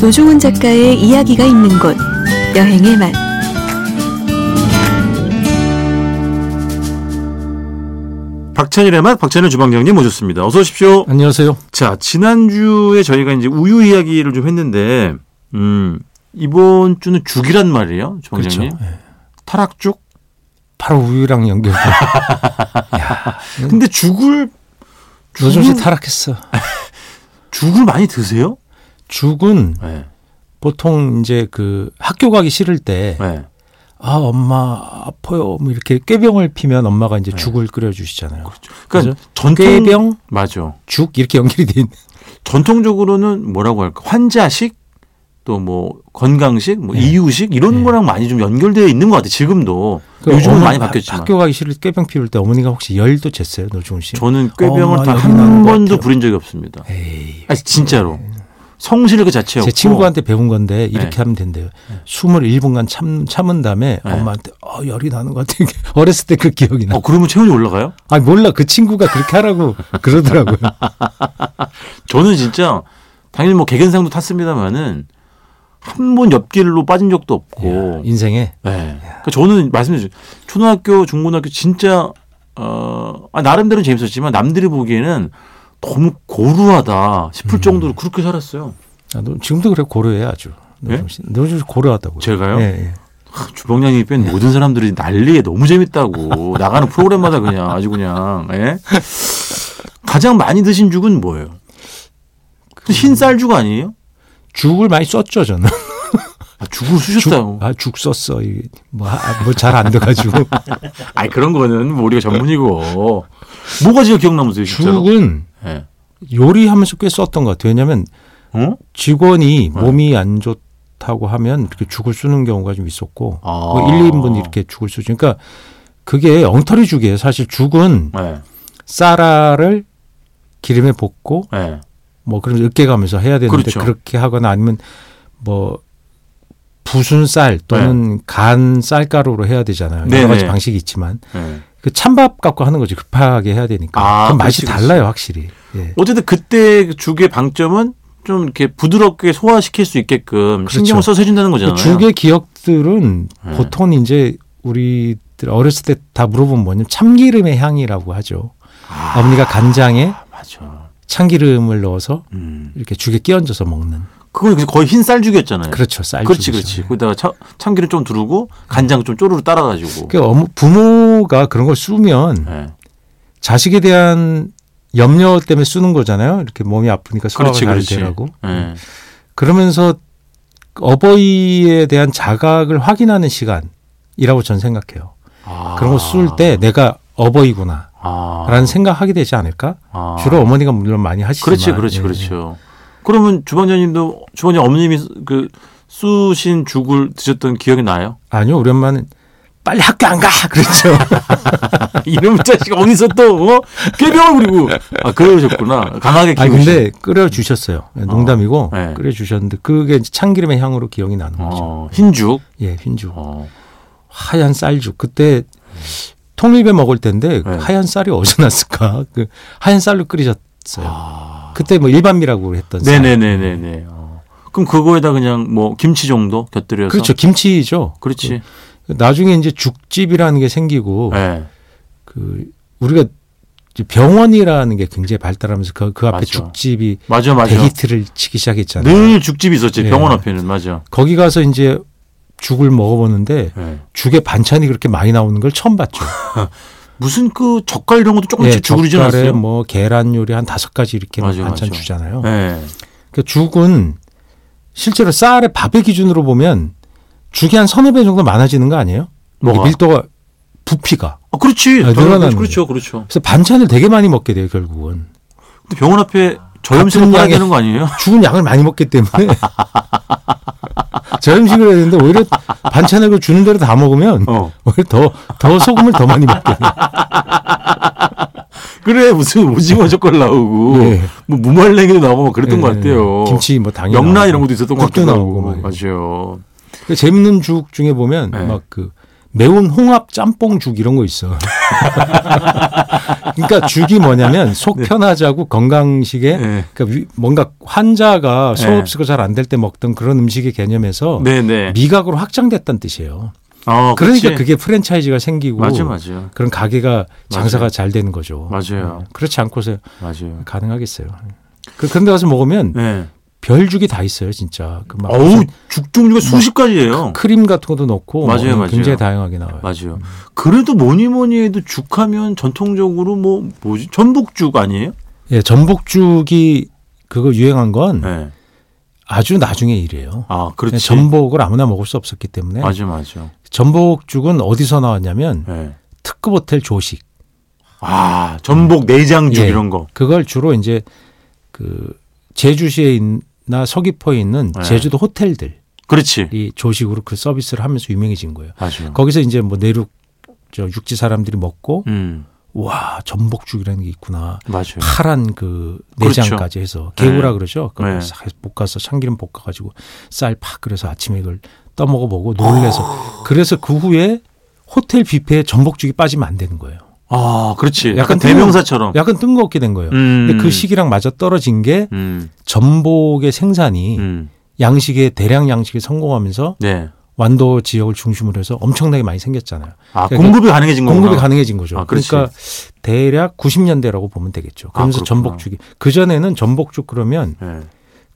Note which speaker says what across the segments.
Speaker 1: 노중훈 작가의 이야기가 있는 곳 여행의 맛
Speaker 2: 박찬일의 맛 박찬일 주방장님 모셨습니다. 어서 오십시오.
Speaker 3: 안녕하세요.
Speaker 2: 자 지난주에 저희가 이제 우유 이야기를 좀 했는데 음, 이번 주는 죽이란 말이에요, 주방장님.
Speaker 3: 예.
Speaker 2: 타락죽?
Speaker 3: 바로 우유랑 연결. 네.
Speaker 2: 근데 죽을
Speaker 3: 요즘씩
Speaker 2: 죽은-
Speaker 3: 타락했어.
Speaker 2: 죽을 많이 드세요?
Speaker 3: 죽은
Speaker 2: 네.
Speaker 3: 보통 이제 그 학교 가기 싫을 때,
Speaker 2: 네.
Speaker 3: 아, 엄마 아파요. 뭐 이렇게 꾀병을 피면 엄마가 이제 죽을 끓여주시잖아요.
Speaker 2: 네. 그러니까 전통
Speaker 3: 꾀병,
Speaker 2: 맞아.
Speaker 3: 죽 이렇게 연결이 돼 있는.
Speaker 2: 전통적으로는 뭐라고 할까? 환자식 또 뭐 건강식, 뭐
Speaker 3: 네.
Speaker 2: 이유식 이런
Speaker 3: 네. 그
Speaker 2: 거랑 많이 좀 연결되어 있는 것 같아요. 지금도 요즘은
Speaker 3: 어머니
Speaker 2: 많이 바뀌었지만.
Speaker 3: 학교 가기 싫을 때 꾀병 피울 때 어머니가 혹시 열도 쟀어요, 노중훈 씨?
Speaker 2: 저는 꾀병을
Speaker 3: 어,
Speaker 2: 단
Speaker 3: 열이 나는
Speaker 2: 한
Speaker 3: 것
Speaker 2: 번도
Speaker 3: 같아요.
Speaker 2: 부린 적이 없습니다.
Speaker 3: 에이.
Speaker 2: 아니 진짜로 성실 그 자체였고
Speaker 3: 제 친구한테 배운 건데 이렇게
Speaker 2: 네.
Speaker 3: 하면 된대요. 21분간 참, 참은 다음에
Speaker 2: 네.
Speaker 3: 엄마한테 어, 열이 나는 것 같아. 어렸을 때 그 기억이 나.
Speaker 2: 어 그러면 체온이 올라가요?
Speaker 3: 아 몰라 그 친구가 그렇게 하라고 그러더라고요.
Speaker 2: 저는 진짜 당연히 뭐 개근상도 탔습니다만은 한 번 옆길로 빠진 적도 없고
Speaker 3: 인생에
Speaker 2: 네. 그러니까 저는 말씀드린 초등학교, 중고등학교 진짜 어 아, 나름대로 재밌었지만 남들이 보기에는 너무 고루하다
Speaker 3: 음.
Speaker 2: 싶을 정도로 그렇게 살았어요.
Speaker 3: 아, 너 지금도 그래 고려해 아주.
Speaker 2: 예?
Speaker 3: 노중 씨, 노중 씨 고려하다고.
Speaker 2: 제가요?
Speaker 3: 예, 예.
Speaker 2: 크, 주방장님이 뺀 모든 사람들이 난리에 너무 재밌다고 나가는 프로그램마다 그냥 아주 그냥 예? 가장 많이 드신 죽은 뭐예요? 그 흰쌀죽 아니에요?
Speaker 3: 죽을 많이 썼죠 저는.
Speaker 2: 아, 죽을 쓰셨다고.
Speaker 3: 아 죽 썼어. 뭐뭐잘안 돼가지고.
Speaker 2: 아니 그런 거는 뭐 우리가 전문이고 뭐가 제일 기억나면서요 진짜로?
Speaker 3: 죽은
Speaker 2: 예.
Speaker 3: 요리하면서 꽤 썼던 것 같아요. 왜냐하면
Speaker 2: 어?
Speaker 3: 직원이 몸이 안 좋다고 하면 이렇게 죽을 쓰는 경우가 좀 있었고
Speaker 2: 아.
Speaker 3: 뭐 1, 2인분 이렇게 죽을 쓰죠. 그러니까 그게 엉터리 죽이에요. 사실 죽은
Speaker 2: 예.
Speaker 3: 쌀알을 기름에 볶고
Speaker 2: 예.
Speaker 3: 뭐 그런 으깨가면서 해야 되는데
Speaker 2: 그렇죠.
Speaker 3: 그렇게 하거나 아니면 뭐 부순 쌀 또는 간 쌀가루로 해야 되잖아요.
Speaker 2: 네. 네네.
Speaker 3: 여러 가지 방식이 있지만
Speaker 2: 예.
Speaker 3: 그 찬밥 갖고 하는 거지 급하게 해야 되니까
Speaker 2: 아,
Speaker 3: 그럼 맛이
Speaker 2: 그렇지,
Speaker 3: 달라요 확실히. 예.
Speaker 2: 어쨌든 그때 그 죽의 방점은 좀 이렇게 부드럽게 소화시킬 수 있게끔 신경을
Speaker 3: 그렇죠.
Speaker 2: 써서 해준다는
Speaker 3: 그
Speaker 2: 거잖아요.
Speaker 3: 죽의 기억들은
Speaker 2: 예.
Speaker 3: 보통 이제 우리들 어렸을 때 다 물어보면 뭐냐면 참기름의 향이라고 하죠.
Speaker 2: 아.
Speaker 3: 어머니가 간장에
Speaker 2: 아, 맞아.
Speaker 3: 참기름을 넣어서
Speaker 2: 음.
Speaker 3: 이렇게 죽에 끼얹어서 먹는.
Speaker 2: 그건 그 거의 흰쌀죽이었잖아요.
Speaker 3: 그렇죠. 쌀
Speaker 2: 그렇지,
Speaker 3: 죽이죠.
Speaker 2: 그렇지. 거기다가 참, 참기름 좀 두르고 간장 좀 쪼르르 따라가지고.
Speaker 3: 그 어머- 부모가 그런 걸 쏘면
Speaker 2: 예.
Speaker 3: 자식에 대한 염려 때문에 쓰는 거잖아요. 이렇게 몸이 아프니까 소화가
Speaker 2: 그렇지,
Speaker 3: 잘
Speaker 2: 그렇지.
Speaker 3: 되라고. 음.
Speaker 2: 예.
Speaker 3: 그러면서 어버이에 대한 자각을 확인하는 시간이라고 전 생각해요.
Speaker 2: 아.
Speaker 3: 그런 거 쏠 때 내가 어버이구나라는
Speaker 2: 아.
Speaker 3: 생각하게 되지 않을까?
Speaker 2: 아.
Speaker 3: 주로 어머니가 물론 많이 하시지만.
Speaker 2: 그렇지, 그렇지,
Speaker 3: 예,
Speaker 2: 그렇죠. 그러면 주방장님도 주방장 어머님이 그 쑤신 죽을 드셨던 기억이 나요?
Speaker 3: 예. 아니요, 우리 엄마는 빨리 학교 안 가! 그랬죠.
Speaker 2: 이놈 자식 어디서 또 어? 개병을 부리고 아 그러셨구나 강하게
Speaker 3: 아니,
Speaker 2: 키우신.
Speaker 3: 근데 끓여주셨어요. 농담이고
Speaker 2: 예.
Speaker 3: 끓여주셨는데 그게 이제 참기름의 향으로 기억이 나는 거죠.
Speaker 2: 어, 흰죽.
Speaker 3: 예, 흰죽.
Speaker 2: 어.
Speaker 3: 하얀 쌀죽. 그때 통일배 먹을 텐데
Speaker 2: 네.
Speaker 3: 하얀 쌀이 어디서 났을까? 그 하얀 쌀로 끓이셨어요.
Speaker 2: 아.
Speaker 3: 그때 뭐 일반미라고 했던 쌀.
Speaker 2: 네네네네네. 어. 그럼 그거에다 그냥 뭐 김치 정도 곁들여서.
Speaker 3: 그렇죠. 김치죠.
Speaker 2: 그렇지.
Speaker 3: 그 나중에 이제 죽집이라는 게 생기고
Speaker 2: 예.
Speaker 3: 그 우리가 이제 병원이라는 게 굉장히 발달하면서 그, 그 앞에
Speaker 2: 맞아.
Speaker 3: 죽집이
Speaker 2: 맞아 맞아.
Speaker 3: 대기틀을 치기 시작했잖아요.
Speaker 2: 늘 죽집이 있었지
Speaker 3: 예.
Speaker 2: 병원 앞에는 맞아.
Speaker 3: 거기 가서 이제 죽을 먹어보는데
Speaker 2: 예.
Speaker 3: 죽에 반찬이 그렇게 많이 나오는 걸 처음 봤죠. 예,
Speaker 2: 무슨 그 젓갈 이런 것도 조금씩 죽으리지
Speaker 3: 젓갈에
Speaker 2: 않았어요?
Speaker 3: 뭐 계란 요리 한 다섯 가지 이렇게
Speaker 2: 맞아요,
Speaker 3: 반찬
Speaker 2: 맞아요.
Speaker 3: 주잖아요.
Speaker 2: 예.
Speaker 3: 그 죽은 실제로 쌀의 밥의 기준으로 보면 죽이 한 서너 배 정도 많아지는 거 아니에요?
Speaker 2: 뭐가?
Speaker 3: 이 밀도가 부피가.
Speaker 2: 아 그렇지.
Speaker 3: 아, 늘어나는
Speaker 2: 그렇죠 그렇죠.
Speaker 3: 그래서 반찬을 되게 많이 먹게 돼요, 결국은.
Speaker 2: 근데 병원 앞에 저염식을
Speaker 3: 같은
Speaker 2: 팔아야
Speaker 3: 양의-
Speaker 2: 되는 거 아니에요?
Speaker 3: 죽은 양을 많이 먹기 때문에. 저염식을 해야 되는데 오히려 반찬을 그 주는 대로 다 먹으면
Speaker 2: 어.
Speaker 3: 오히려 더, 더 소금을 더 많이 먹게 돼요.
Speaker 2: 그래 무슨 오징어 젓갈 나오고
Speaker 3: 예.
Speaker 2: 뭐 무말랭이도 나오고 막 그랬던 것
Speaker 3: 예,
Speaker 2: 같아요.
Speaker 3: 김치 뭐 당연히.
Speaker 2: 명란
Speaker 3: 나오고.
Speaker 2: 이런 것도 있었던 것
Speaker 3: 국도
Speaker 2: 같기도 하고
Speaker 3: 나오고 막
Speaker 2: 맞아요.
Speaker 3: 그 재밌는 죽 중에 보면
Speaker 2: 네.
Speaker 3: 막 그 매운 홍합 짬뽕 죽 이런 거 있어. 그러니까 죽이 뭐냐면 속 편하자고 건강식에
Speaker 2: 네.
Speaker 3: 그러니까 위- 뭔가 환자가
Speaker 2: 네.
Speaker 3: 소흡수가 잘 안 될 때 먹던 그런 음식의 개념에서
Speaker 2: 네네.
Speaker 3: 미각으로 확장됐다는 뜻이에요.
Speaker 2: 어,
Speaker 3: 그러니까
Speaker 2: 그치.
Speaker 3: 그게 프랜차이즈가 생기고
Speaker 2: 맞아요, 맞아요,
Speaker 3: 그런 가게가 장사가 잘 되는 거죠. 음,
Speaker 2: 맞아요,
Speaker 3: 그렇지 않고서
Speaker 2: 맞아요.
Speaker 3: 가능하겠어요. 그, 그런 데 가서 먹으면
Speaker 2: 네.
Speaker 3: 별 죽이 다 있어요, 진짜. 그막
Speaker 2: 어우 죽 종류가 수십 가지예요.
Speaker 3: 크림 같은 것도 넣고
Speaker 2: 맞아요,
Speaker 3: 뭐
Speaker 2: 맞아요.
Speaker 3: 굉장히 다양하게 나와요.
Speaker 2: 맞아요. 그래도 뭐니 뭐니 해도 죽하면 전통적으로 뭐 뭐지 전복죽 아니에요?
Speaker 3: 예, 전복죽이 그거 유행한 건
Speaker 2: 네.
Speaker 3: 아주 나중에 일이에요. 예,
Speaker 2: 아 그렇지.
Speaker 3: 음. 네, 전복을 아무나 먹을 수 없었기 때문에
Speaker 2: 맞아 맞아.
Speaker 3: 전복죽은 어디서 나왔냐면
Speaker 2: 네.
Speaker 3: 특급 호텔 조식
Speaker 2: 아 전복 내장죽
Speaker 3: 예.
Speaker 2: 이런 거.
Speaker 3: 그걸 주로 이제 그 제주시에 있나 서귀포에 있는
Speaker 2: 네.
Speaker 3: 제주도 호텔들이
Speaker 2: 그렇지.
Speaker 3: 조식으로 그 서비스를 하면서 유명해진 거예요.
Speaker 2: 맞아요.
Speaker 3: 거기서 이제 뭐 내륙 저 육지 사람들이 먹고
Speaker 2: 음
Speaker 3: 와 전복죽이라는 게 있구나.
Speaker 2: 맞아요.
Speaker 3: 파란 그
Speaker 2: 그렇죠.
Speaker 3: 내장까지 해서 개구라
Speaker 2: 네.
Speaker 3: 그러죠.
Speaker 2: 네.
Speaker 3: 그걸 싹 볶아서 참기름 볶아가지고 쌀 팍 그래서 아침에 이걸 떠먹어 보고 놀래서
Speaker 2: 아.
Speaker 3: 그래서 그 후에 호텔 뷔페에 전복죽이 빠지면 안 되는 거예요.
Speaker 2: 아 그렇지. 약간,
Speaker 3: 약간
Speaker 2: 대명사처럼.
Speaker 3: 약간 뜬금없게 된 거예요.
Speaker 2: 음.
Speaker 3: 근데 그 시기랑 맞아 떨어진 게
Speaker 2: 음.
Speaker 3: 전복의 생산이
Speaker 2: 음.
Speaker 3: 양식에 대량 양식에 성공하면서
Speaker 2: 네.
Speaker 3: 완도 지역을 중심으로 해서 엄청나게 많이 생겼잖아요.
Speaker 2: 아
Speaker 3: 그러니까
Speaker 2: 공급이 가능해진 거구나.
Speaker 3: 공급이 가능해진 거죠.
Speaker 2: 아, 그렇지. 아,
Speaker 3: 그러니까 대략 90년대라고 보면 되겠죠. 그러면서
Speaker 2: 그렇구나.
Speaker 3: 전복죽이 그 전에는 전복죽 그러면
Speaker 2: 네.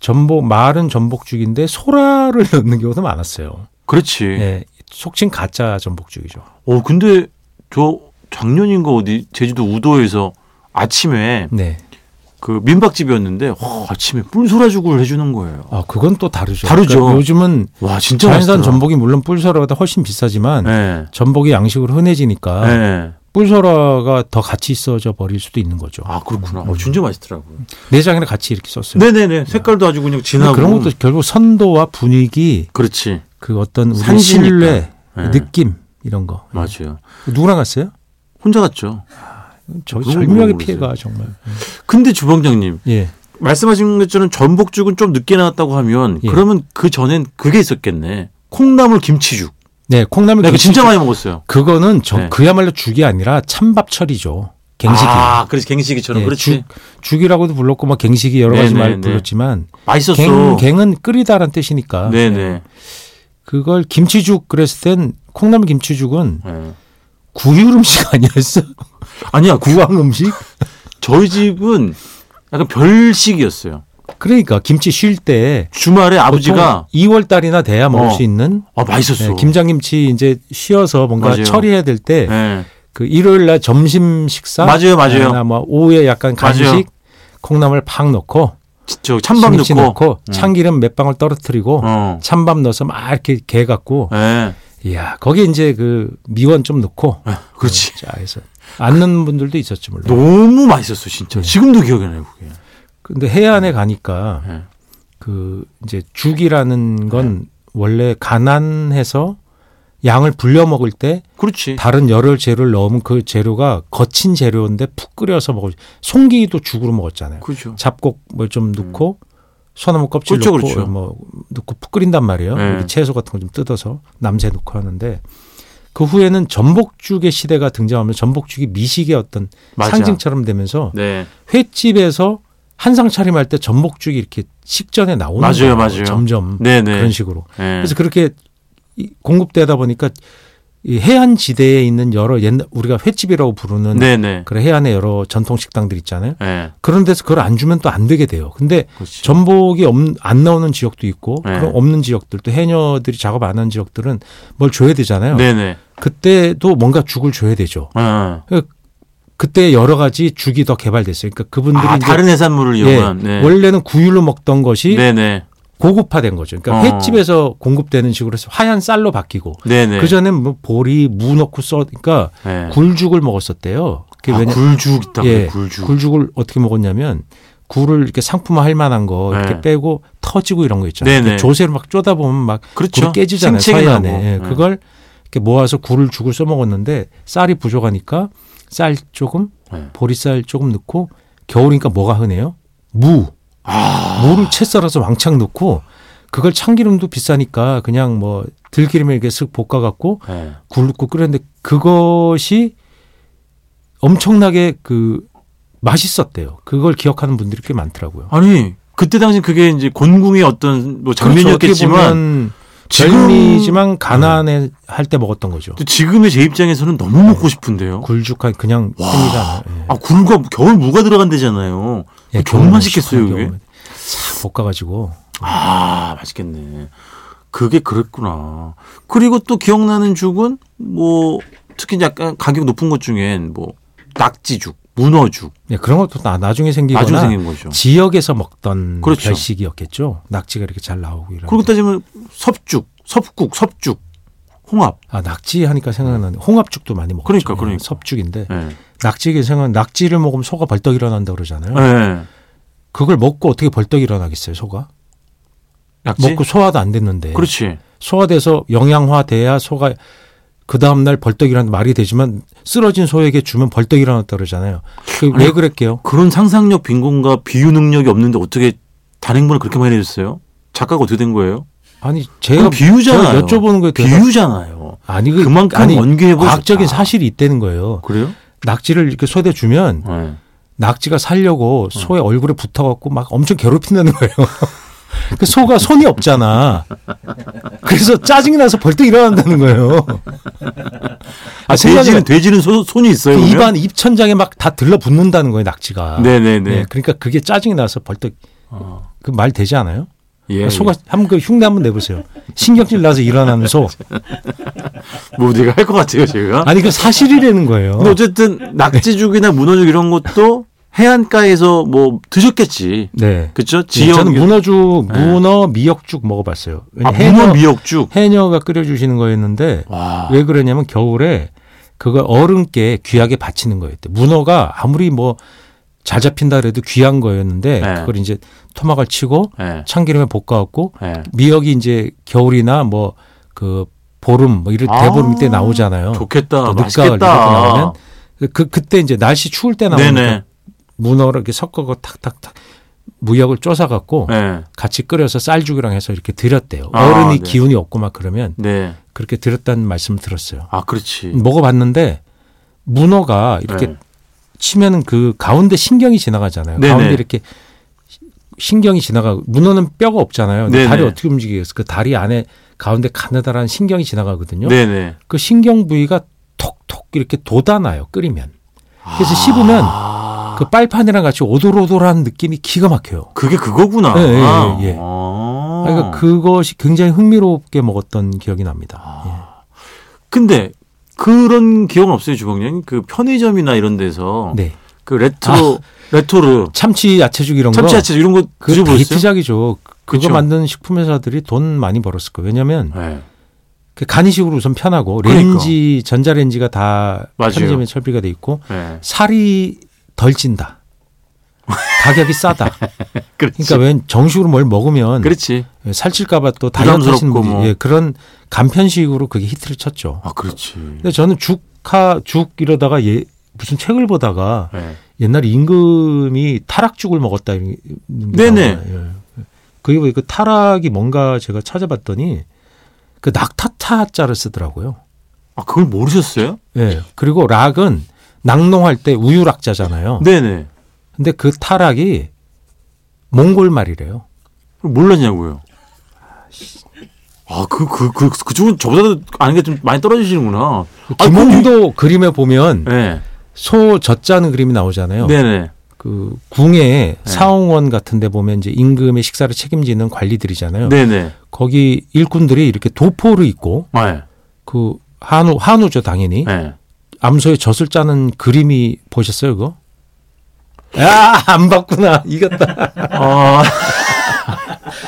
Speaker 3: 전복 마른 전복죽인데 소라를 넣는 경우도 많았어요.
Speaker 2: 그렇지.
Speaker 3: 예. 속칭 가짜 전복죽이죠.
Speaker 2: 어 근데 저 작년인가 어디 제주도 우도에서 아침에
Speaker 3: 네.
Speaker 2: 그 민박집이었는데 와, 아침에 뿔소라죽을 해주는 거예요.
Speaker 3: 아, 그건 또 다르죠.
Speaker 2: 다르죠.
Speaker 3: 그러니까 요즘은
Speaker 2: 와 진짜
Speaker 3: 자연산
Speaker 2: 맛있더라.
Speaker 3: 전복이 물론 뿔소라보다 훨씬 비싸지만
Speaker 2: 네.
Speaker 3: 전복이 양식으로 흔해지니까
Speaker 2: 네.
Speaker 3: 뿔소라가 더 같이 있어져 버릴 수도 있는 거죠.
Speaker 2: 아 그렇구나.
Speaker 3: 음.
Speaker 2: 어, 진짜 맛있더라고.
Speaker 3: 내장이랑 같이 이렇게 썼어요.
Speaker 2: 네네네. 색깔도 아주 그냥
Speaker 3: 근데
Speaker 2: 진하고.
Speaker 3: 그런 것도 결국 선도와 분위기
Speaker 2: 그렇지.
Speaker 3: 그 어떤 우리
Speaker 2: 산시니까.
Speaker 3: 신뢰
Speaker 2: 네.
Speaker 3: 느낌 이런 거
Speaker 2: 맞아요.
Speaker 3: 누구랑 갔어요?
Speaker 2: 혼자 갔죠.
Speaker 3: 저
Speaker 2: 그건
Speaker 3: 절묘하게
Speaker 2: 모르겠어요. 네.
Speaker 3: 피해가 정말
Speaker 2: 근데 주방장님
Speaker 3: 예
Speaker 2: 말씀하신 것처럼 전복죽은 좀 늦게 나왔다고 하면
Speaker 3: 예.
Speaker 2: 그러면 그 전엔 그게 있었겠네. 콩나물 김치죽.
Speaker 3: 네, 콩나물
Speaker 2: 내가
Speaker 3: 김치
Speaker 2: 그 진짜 많이 먹었어요.
Speaker 3: 그거는 저
Speaker 2: 네.
Speaker 3: 그야말로 죽이 아니라 찬밥철이죠 갱식이
Speaker 2: 아, 그래서 갱식이처럼
Speaker 3: 예,
Speaker 2: 그렇지.
Speaker 3: 죽, 죽이라고도 불렀고 막 갱식이 여러 가지
Speaker 2: 네네,
Speaker 3: 말
Speaker 2: 네.
Speaker 3: 불렀지만
Speaker 2: 맛있었어.
Speaker 3: 갱, 갱은 끓이다라는 뜻이니까
Speaker 2: 네네.
Speaker 3: 그걸 김치죽 그랬을 땐 콩나물 김치죽은
Speaker 2: 네.
Speaker 3: 구유 음식 아니었어
Speaker 2: 아니야, 구-
Speaker 3: 구황 음식
Speaker 2: 저희 집은 약간 별식이었어요.
Speaker 3: 그러니까 김치 쉴 때
Speaker 2: 주말에 아버지가
Speaker 3: 2월 달이나 돼야 먹을
Speaker 2: 어.
Speaker 3: 수 있는
Speaker 2: 아 맛있었어.
Speaker 3: 네, 김장김치 이제 쉬어서 뭔가
Speaker 2: 맞아요.
Speaker 3: 처리해야 될 때 그
Speaker 2: 네.
Speaker 3: 일요일 날 점심 식사
Speaker 2: 맞아요, 맞아요.
Speaker 3: 나뭐 오후에 약간 간식
Speaker 2: 맞아요.
Speaker 3: 콩나물 팍 넣고
Speaker 2: 저 찬밥
Speaker 3: 시금치
Speaker 2: 넣고.
Speaker 3: 넣고
Speaker 2: 음.
Speaker 3: 참기름 몇 방울 떨어뜨리고
Speaker 2: 어.
Speaker 3: 찬밥 넣어서 막 이렇게 개 갖고
Speaker 2: 네.
Speaker 3: 이야 거기에 이제 그 미원 좀 넣고
Speaker 2: 예, 그렇지.
Speaker 3: 자 해서 안 넣는 분들도 있었지 물론.
Speaker 2: 너무 맛있었어 진짜.
Speaker 3: 네.
Speaker 2: 지금도 기억이 나요 그게. 예.
Speaker 3: 근데 해안에 가니까
Speaker 2: 네.
Speaker 3: 그 이제 죽이라는 건 원래 가난해서 양을 불려 먹을 때
Speaker 2: 그렇지.
Speaker 3: 다른 여러 재료를 넣으면 그 재료가 거친 재료인데 푹 끓여서 먹을 송기도 죽으로 먹었잖아요.
Speaker 2: 그렇죠.
Speaker 3: 잡곡 뭘 좀 넣고 소나무 껍질
Speaker 2: 그렇죠,
Speaker 3: 넣고
Speaker 2: 그렇죠.
Speaker 3: 뭐 넣고 푹 끓인단 말이에요.
Speaker 2: 네.
Speaker 3: 우리 채소 같은 거 좀 뜯어서 남새 넣고 하는데 그 후에는 전복죽의 시대가 등장하면서 전복죽이 미식의 어떤
Speaker 2: 맞아.
Speaker 3: 상징처럼 되면서
Speaker 2: 네.
Speaker 3: 횟집에서 한상 차림할 때 전복죽이 이렇게 식전에 나오는
Speaker 2: 맞아요,
Speaker 3: 거예요.
Speaker 2: 맞아요.
Speaker 3: 점점
Speaker 2: 네네.
Speaker 3: 그런 식으로.
Speaker 2: 네.
Speaker 3: 그래서 그렇게 이- 공급되다 보니까 이 해안 지대에 있는 여러 옛날 우리가 횟집이라고 부르는
Speaker 2: 네네.
Speaker 3: 그런 해안의 여러 전통 식당들 있잖아요.
Speaker 2: 네.
Speaker 3: 그런 데서 그걸 안 주면 또 안 되게 돼요. 근데
Speaker 2: 그렇지.
Speaker 3: 전복이 없, 안 나오는 지역도 있고
Speaker 2: 네.
Speaker 3: 그런 없는 지역들 또 해녀들이 작업 안 하는 지역들은 뭘 줘야 되잖아요.
Speaker 2: 네네.
Speaker 3: 그때도 뭔가 죽을 줘야 되죠.
Speaker 2: 어.
Speaker 3: 그때 여러 가지 죽이 더 개발됐어요. 그러니까 그분들이
Speaker 2: 아
Speaker 3: 이제 예,
Speaker 2: 다른 해산물을 이용한. 네.
Speaker 3: 원래는 구유로 먹던 것이
Speaker 2: 네네.
Speaker 3: 고급화된 거죠. 그러니까
Speaker 2: 어.
Speaker 3: 횟집에서 공급되는 식으로 해서 하얀 쌀로 바뀌고
Speaker 2: 네네.
Speaker 3: 그 전엔 뭐 보리, 무 넣고 써, 그러니까
Speaker 2: 네.
Speaker 3: 굴죽을 먹었었대요. 그게
Speaker 2: 아,
Speaker 3: 왜냐,
Speaker 2: 굴죽 있다.
Speaker 3: 예,
Speaker 2: 그래, 굴죽.
Speaker 3: 굴죽을 어떻게 먹었냐면 굴을 이렇게 상품화할 만한 거 이렇게
Speaker 2: 네.
Speaker 3: 빼고 터지고 이런 거 있잖아요.
Speaker 2: 네네.
Speaker 3: 조세를 막 쪼다 보면 막
Speaker 2: 그렇죠.
Speaker 3: 굴이 깨지잖아요.
Speaker 2: 생채기
Speaker 3: 사이
Speaker 2: 나고.
Speaker 3: 안에 예,
Speaker 2: 네.
Speaker 3: 그걸 이렇게 모아서 굴을 죽을 써 먹었는데 쌀이 부족하니까 쌀 조금,
Speaker 2: 네.
Speaker 3: 보리쌀 조금 넣고 겨울이니까 뭐가 흔해요? 무.
Speaker 2: 아.
Speaker 3: 무를 채 썰어서 왕창 넣고 그걸 참기름도 비싸니까 그냥 뭐 들기름에 이렇게 쓱 볶아갖고
Speaker 2: 예.
Speaker 3: 굴고 끓였는데 그것이 엄청나게 그 맛있었대요. 그걸 기억하는 분들이 꽤 많더라고요.
Speaker 2: 아니 그때 당시 그게 이제 곤궁의 어떤 뭐 장면이었겠지만
Speaker 3: 지금...
Speaker 2: 지금-
Speaker 3: 그렇죠.
Speaker 2: 네.
Speaker 3: 별미지만 가난해 할 때 먹었던 거죠.
Speaker 2: 또 지금의 제 입장에서는 너무 먹고 싶은데요.
Speaker 3: 굴죽한 그냥
Speaker 2: 와.
Speaker 3: 뜸이잖아요. 예.
Speaker 2: 아 굴과 겨울 무가 들어간대잖아요.
Speaker 3: 예,
Speaker 2: 겨울
Speaker 3: 겨울에
Speaker 2: 맛있겠어요
Speaker 3: 시원한
Speaker 2: 이게.
Speaker 3: 겨울에 싹 볶아가지고
Speaker 2: 아 맛있겠네. 그게 그랬구나. 그리고 또 기억나는 죽은 뭐 특히 약간 가격 높은 것 중엔 뭐 낙지죽, 문어죽,
Speaker 3: 예, 그런 것도 나, 나중에 생기거나
Speaker 2: 나중에 생긴 거죠.
Speaker 3: 지역에서 먹던
Speaker 2: 그렇죠.
Speaker 3: 별식이었겠죠. 낙지가 이렇게 잘 나오고 이런.
Speaker 2: 그리고 따지면 섭죽, 섭국, 섭죽, 홍합.
Speaker 3: 아 낙지 하니까 생각나는 홍합죽도 많이 먹었죠.
Speaker 2: 그러니까,
Speaker 3: 예,
Speaker 2: 그러니까.
Speaker 3: 섭죽인데
Speaker 2: 예.
Speaker 3: 낙지에 생각 낙지를 먹으면 소가 벌떡 일어난다 그러잖아요.
Speaker 2: 예.
Speaker 3: 그걸 먹고 어떻게 벌떡 일어나겠어요 소가?
Speaker 2: 낙지. 그렇죠.
Speaker 3: 먹고 소화도 안 됐는데
Speaker 2: 그렇지.
Speaker 3: 소화돼서 영양화돼야 소가 그 다음 날 벌떡 일어난 말이 되지만 쓰러진 소에게 주면 벌떡 일어났다 그러잖아요. 그 왜
Speaker 2: 아니,
Speaker 3: 그랬게요?
Speaker 2: 그런 상상력 빈곤과 비유 능력이 없는데 어떻게 단행본을 그렇게 많이 해줬어요? 작가가 어떻게 된 거예요?
Speaker 3: 아니
Speaker 2: 그건
Speaker 3: 제가
Speaker 2: 비유잖아요.
Speaker 3: 제가 여쭤보는 거에 대해서
Speaker 2: 비유잖아요.
Speaker 3: 아니 그
Speaker 2: 그만큼
Speaker 3: 아니,
Speaker 2: 원기회복
Speaker 3: 과학적인 사실이 있다는 거예요.
Speaker 2: 그래요?
Speaker 3: 낙지를 이렇게 소에 주면
Speaker 2: 네.
Speaker 3: 낙지가 살려고 소의 얼굴에 붙어갖고 막 엄청 괴롭힌다는 거예요. 그 소가 손이 없잖아. 그래서 짜증이 나서 벌떡 일어난다는 거예요.
Speaker 2: 아, 돼지는 돼지는 소, 손이 있어요.
Speaker 3: 그
Speaker 2: 그러면?
Speaker 3: 입안 입천장에 막 다 들러붙는다는 거예요 낙지가.
Speaker 2: 네네네.
Speaker 3: 예, 그러니까 그게 짜증이 나서 벌떡
Speaker 2: 어.
Speaker 3: 그 말 되지 않아요?
Speaker 2: 예.
Speaker 3: 소가 한번 그 흉내 한번 내보세요. 신경질 나서 일어나는 소.
Speaker 2: 뭐 내가 할 것 같아요, 제가.
Speaker 3: 아니 네. 그 사실이라는 거예요.
Speaker 2: 근데 어쨌든 낙지죽이나 문어죽 이런 것도 해안가에서 뭐 드셨겠지.
Speaker 3: 네.
Speaker 2: 그렇죠?
Speaker 3: 예,
Speaker 2: 지역
Speaker 3: 저는 문어죽,
Speaker 2: 네.
Speaker 3: 문어 미역죽 먹어봤어요.
Speaker 2: 아,
Speaker 3: 해녀-
Speaker 2: 문어 미역죽.
Speaker 3: 해녀가 끓여주시는 거였는데
Speaker 2: 와.
Speaker 3: 왜 그러냐면 겨울에 그걸 어른께 귀하게 바치는 거였대. 문어가 아무리 뭐 잘 잡힌다 그래도 귀한 거였는데
Speaker 2: 네.
Speaker 3: 그걸 이제 토막을 치고
Speaker 2: 예.
Speaker 3: 참기름에 볶아갖고
Speaker 2: 예.
Speaker 3: 미역이 이제 겨울이나 뭐 그 보름 뭐 이럴
Speaker 2: 아,
Speaker 3: 대보름 때 나오잖아요.
Speaker 2: 좋겠다.
Speaker 3: 또 늦가을 어. 이렇게
Speaker 2: 맛있겠다.
Speaker 3: 나오면 그 그때 이제 날씨 추울 때 나오는
Speaker 2: 네네.
Speaker 3: 문어를 이렇게 섞어서 탁탁탁 무역을 쪼사 갖고
Speaker 2: 예.
Speaker 3: 같이 끓여서 쌀죽이랑 해서 이렇게 드렸대요.
Speaker 2: 아,
Speaker 3: 어른이
Speaker 2: 네.
Speaker 3: 기운이 없고 막 그러면
Speaker 2: 네.
Speaker 3: 그렇게 드렸다는 말씀을 들었어요.
Speaker 2: 아, 그렇지.
Speaker 3: 먹어봤는데 문어가 이렇게
Speaker 2: 예.
Speaker 3: 치면은 그 가운데 신경이 지나가잖아요.
Speaker 2: 네네.
Speaker 3: 가운데 이렇게 시- 신경이 지나가 문어는 뼈가 없잖아요. 근데
Speaker 2: 네네.
Speaker 3: 다리 어떻게 움직이겠어? 그 다리 안에 가운데 가느다란 신경이 지나가거든요.
Speaker 2: 네네.
Speaker 3: 그 신경 부위가 톡톡 이렇게 돋아나요. 끓이면 그래서 씹으면
Speaker 2: 씹으면
Speaker 3: 그 빨판이랑 같이 오돌오돌한 느낌이 기가 막혀요.
Speaker 2: 아, 그게 그거구나.
Speaker 3: 예, 예, 예, 예.
Speaker 2: 아.
Speaker 3: 그러니까 그것이 굉장히 흥미롭게 먹었던 기억이 납니다.
Speaker 2: 아.
Speaker 3: 예.
Speaker 2: 근데 그런 기억은 없어요, 주방장님? 그 편의점이나 이런 데서
Speaker 3: 예. 네.
Speaker 2: 그 레트로 레토르
Speaker 3: 참치 야채죽 이런 거.
Speaker 2: 참치야채 이런 거
Speaker 3: 그
Speaker 2: 드셔보셨어요?
Speaker 3: 데이트작이죠. 그거
Speaker 2: 그쵸.
Speaker 3: 만드는 식품 회사들이 돈 많이 벌었을 거예요. 왜냐하면
Speaker 2: 네.
Speaker 3: 그 간이식으로 우선 편하고
Speaker 2: 그러니까.
Speaker 3: 렌지 전자레인지가 다
Speaker 2: 맞아요.
Speaker 3: 편의점에 설비가 돼 있고
Speaker 2: 네.
Speaker 3: 살이 덜 찐다. 가격이 싸다.
Speaker 2: 그렇지.
Speaker 3: 그러니까 웬 정식으로 뭘 먹으면
Speaker 2: 그렇지.
Speaker 3: 살찔까봐 또 다이어트 하시는
Speaker 2: 부담스럽고
Speaker 3: 분들이
Speaker 2: 뭐.
Speaker 3: 예, 그런 간편식으로 그게 히트를 쳤죠.
Speaker 2: 아, 그렇지.
Speaker 3: 근데 저는 죽하 죽 이러다가 예, 무슨 책을 보다가
Speaker 2: 네.
Speaker 3: 옛날 임금이 타락죽을 먹었다 이런 게 있는데
Speaker 2: 네네.
Speaker 3: 나와요. 예. 그게 뭐그 타락이 뭔가 제가 찾아봤더니 그 낙타타자를 쓰더라고요.
Speaker 2: 아, 그걸 모르셨어요?
Speaker 3: 예. 그리고 락은 낙농할 때 우유락자잖아요.
Speaker 2: 네네.
Speaker 3: 근데 그 타락이 몽골 말이래요.
Speaker 2: 그걸 몰랐냐고요. 아, 그, 그, 그, 그쪽은 저보다도 아는 게 좀 많이 떨어지시는구나. 아,
Speaker 3: 김홍도 그림에 보면
Speaker 2: 네.
Speaker 3: 소 젖자는 그림이 나오잖아요.
Speaker 2: 네네. 네.
Speaker 3: 그 궁에 사홍원 같은 데 보면 이제 임금의 식사를 책임지는 관리들이잖아요.
Speaker 2: 네네.
Speaker 3: 거기 일꾼들이 이렇게 도포를 입고
Speaker 2: 네.
Speaker 3: 그 한우 한우죠 당연히
Speaker 2: 네.
Speaker 3: 암소에 젖을 짜는 그림이 보셨어요 그거? 야안 봤구나 이겼다.
Speaker 2: 아,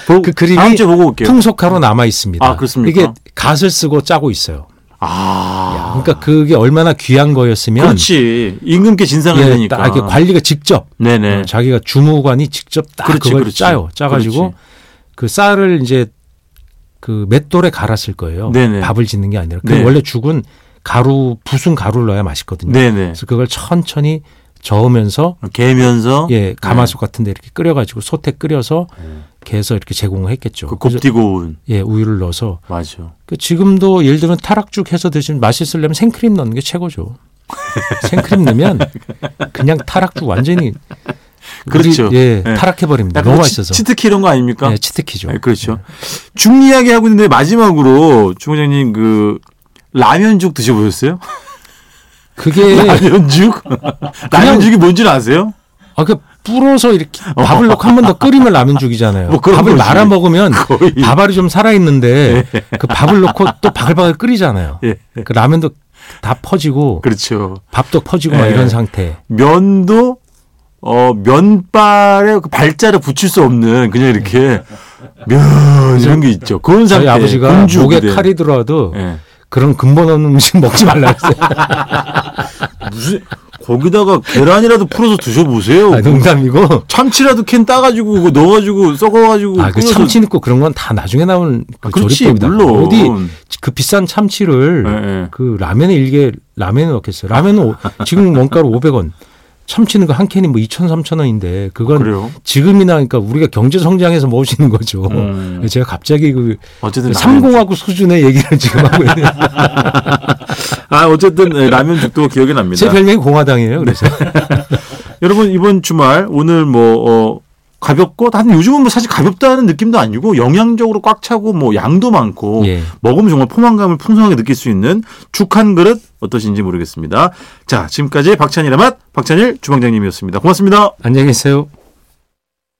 Speaker 3: 그 그림이
Speaker 2: 다음 주에 보고 올게요.
Speaker 3: 풍속화로 남아 있습니다.
Speaker 2: 아, 그렇습니까?
Speaker 3: 이게 갓을 쓰고 짜고 있어요.
Speaker 2: 아.
Speaker 3: 그러니까 그게 얼마나 귀한 거였으면
Speaker 2: 그렇지. 임금께 진상을
Speaker 3: 예,
Speaker 2: 되니까.
Speaker 3: 딱 이게 관리가 직접
Speaker 2: 네네.
Speaker 3: 어, 자기가 주무관이 직접 딱
Speaker 2: 그렇지,
Speaker 3: 그걸
Speaker 2: 그렇지.
Speaker 3: 짜요. 짜가지고
Speaker 2: 그렇지.
Speaker 3: 그 쌀을 이제 그 맷돌에 갈았을 거예요.
Speaker 2: 네네.
Speaker 3: 밥을 짓는 게 아니라. 그
Speaker 2: 네.
Speaker 3: 원래 죽은 가루 부순 가루를 넣어야 맛있거든요.
Speaker 2: 네네.
Speaker 3: 그래서 그걸 천천히 저으면서
Speaker 2: 개면서 어? 네.
Speaker 3: 예 가마솥 같은데 이렇게 끓여가지고 소태 끓여서 개서 이렇게 제공을 했겠죠.
Speaker 2: 그
Speaker 3: 그래서
Speaker 2: 곱디고운
Speaker 3: 예, 우유를 넣어서
Speaker 2: 맞아.
Speaker 3: 그 지금도 예를 들면 타락죽 해서 드시면 맛있으려면 생크림 넣는 게 최고죠. 생크림 넣으면 그냥 타락죽 완전히
Speaker 2: 그렇죠.
Speaker 3: 우리, 예,
Speaker 2: 예.
Speaker 3: 타락해 버립니다.
Speaker 2: 약간
Speaker 3: 너무
Speaker 2: 치-
Speaker 3: 맛있어서.
Speaker 2: 치트키 이런 거 아닙니까?
Speaker 3: 예, 치트키죠. 예.
Speaker 2: 네, 그렇죠. 죽 이야기 하고 있는데 마지막으로 주원장님 그 라면죽 드셔보셨어요?
Speaker 3: 그게
Speaker 2: 라면죽? 라면죽이 뭔지 아세요?
Speaker 3: 아, 그 불어서 이렇게 밥을 넣고 한 번 더 끓이면 라면죽이잖아요.
Speaker 2: 뭐 그런
Speaker 3: 밥을
Speaker 2: 거지.
Speaker 3: 말아 먹으면
Speaker 2: 거의.
Speaker 3: 밥알이 좀 살아 있는데 그 밥을 넣고 또 바글바글 끓이잖아요.
Speaker 2: 예,
Speaker 3: 그 라면도 다 퍼지고
Speaker 2: 그렇죠.
Speaker 3: 밥도 퍼지고 막
Speaker 2: 예.
Speaker 3: 이런 상태.
Speaker 2: 면도 어 면발에 그 발자를 붙일 수 없는 그냥 이렇게 면 이런 게 있죠. 그런 상태.
Speaker 3: 저희 아버지가
Speaker 2: 군주
Speaker 3: 목에
Speaker 2: 그대.
Speaker 3: 칼이 들어와도
Speaker 2: 예.
Speaker 3: 그런 근본 없는 음식 먹지 말라 그랬어요.
Speaker 2: 무슨 거기다가 계란이라도 풀어서 뭐. 드셔보세요. 그
Speaker 3: 아, 농담이고.
Speaker 2: 참치라도 캔 따가지고 그거 넣어가지고 썩어가지고
Speaker 3: 아, 그
Speaker 2: 끓여서- 아,
Speaker 3: 참치 넣고 그런 건 다 나중에 나온 그
Speaker 2: 그렇지,
Speaker 3: 조리법이다.
Speaker 2: 물론.
Speaker 3: 어디 그 비싼 참치를
Speaker 2: 예, 예.
Speaker 3: 그 라면에 일개 라면에 넣겠어요. 라면은 오- 지금 원가로 500원. 참치는 그 한 캔이 뭐 2천, 3천 원인데 그건
Speaker 2: 그래요?
Speaker 3: 지금이나 그러니까 우리가 경제 성장해서 모시는 거죠.
Speaker 2: 음.
Speaker 3: 제가 갑자기 그
Speaker 2: 어쨌든
Speaker 3: 삼공하고 수준의 얘기를 지금 하고 있는
Speaker 2: 아 어쨌든 예, 라면죽도 기억이 납니다.
Speaker 3: 제 별명이 공화당이에요. 그래서
Speaker 2: 네. 여러분 이번 주말 오늘 뭐 어, 가볍고 단 요즘은 뭐 사실 가볍다는 느낌도 아니고 영양적으로 꽉 차고 뭐 양도 많고
Speaker 3: 예.
Speaker 2: 먹으면 정말 포만감을 풍성하게 느낄 수 있는 죽 한 그릇 어떠신지 모르겠습니다. 자 지금까지 박찬일의 맛 박찬일 주방장님이었습니다. 고맙습니다.
Speaker 3: 안녕히 계세요.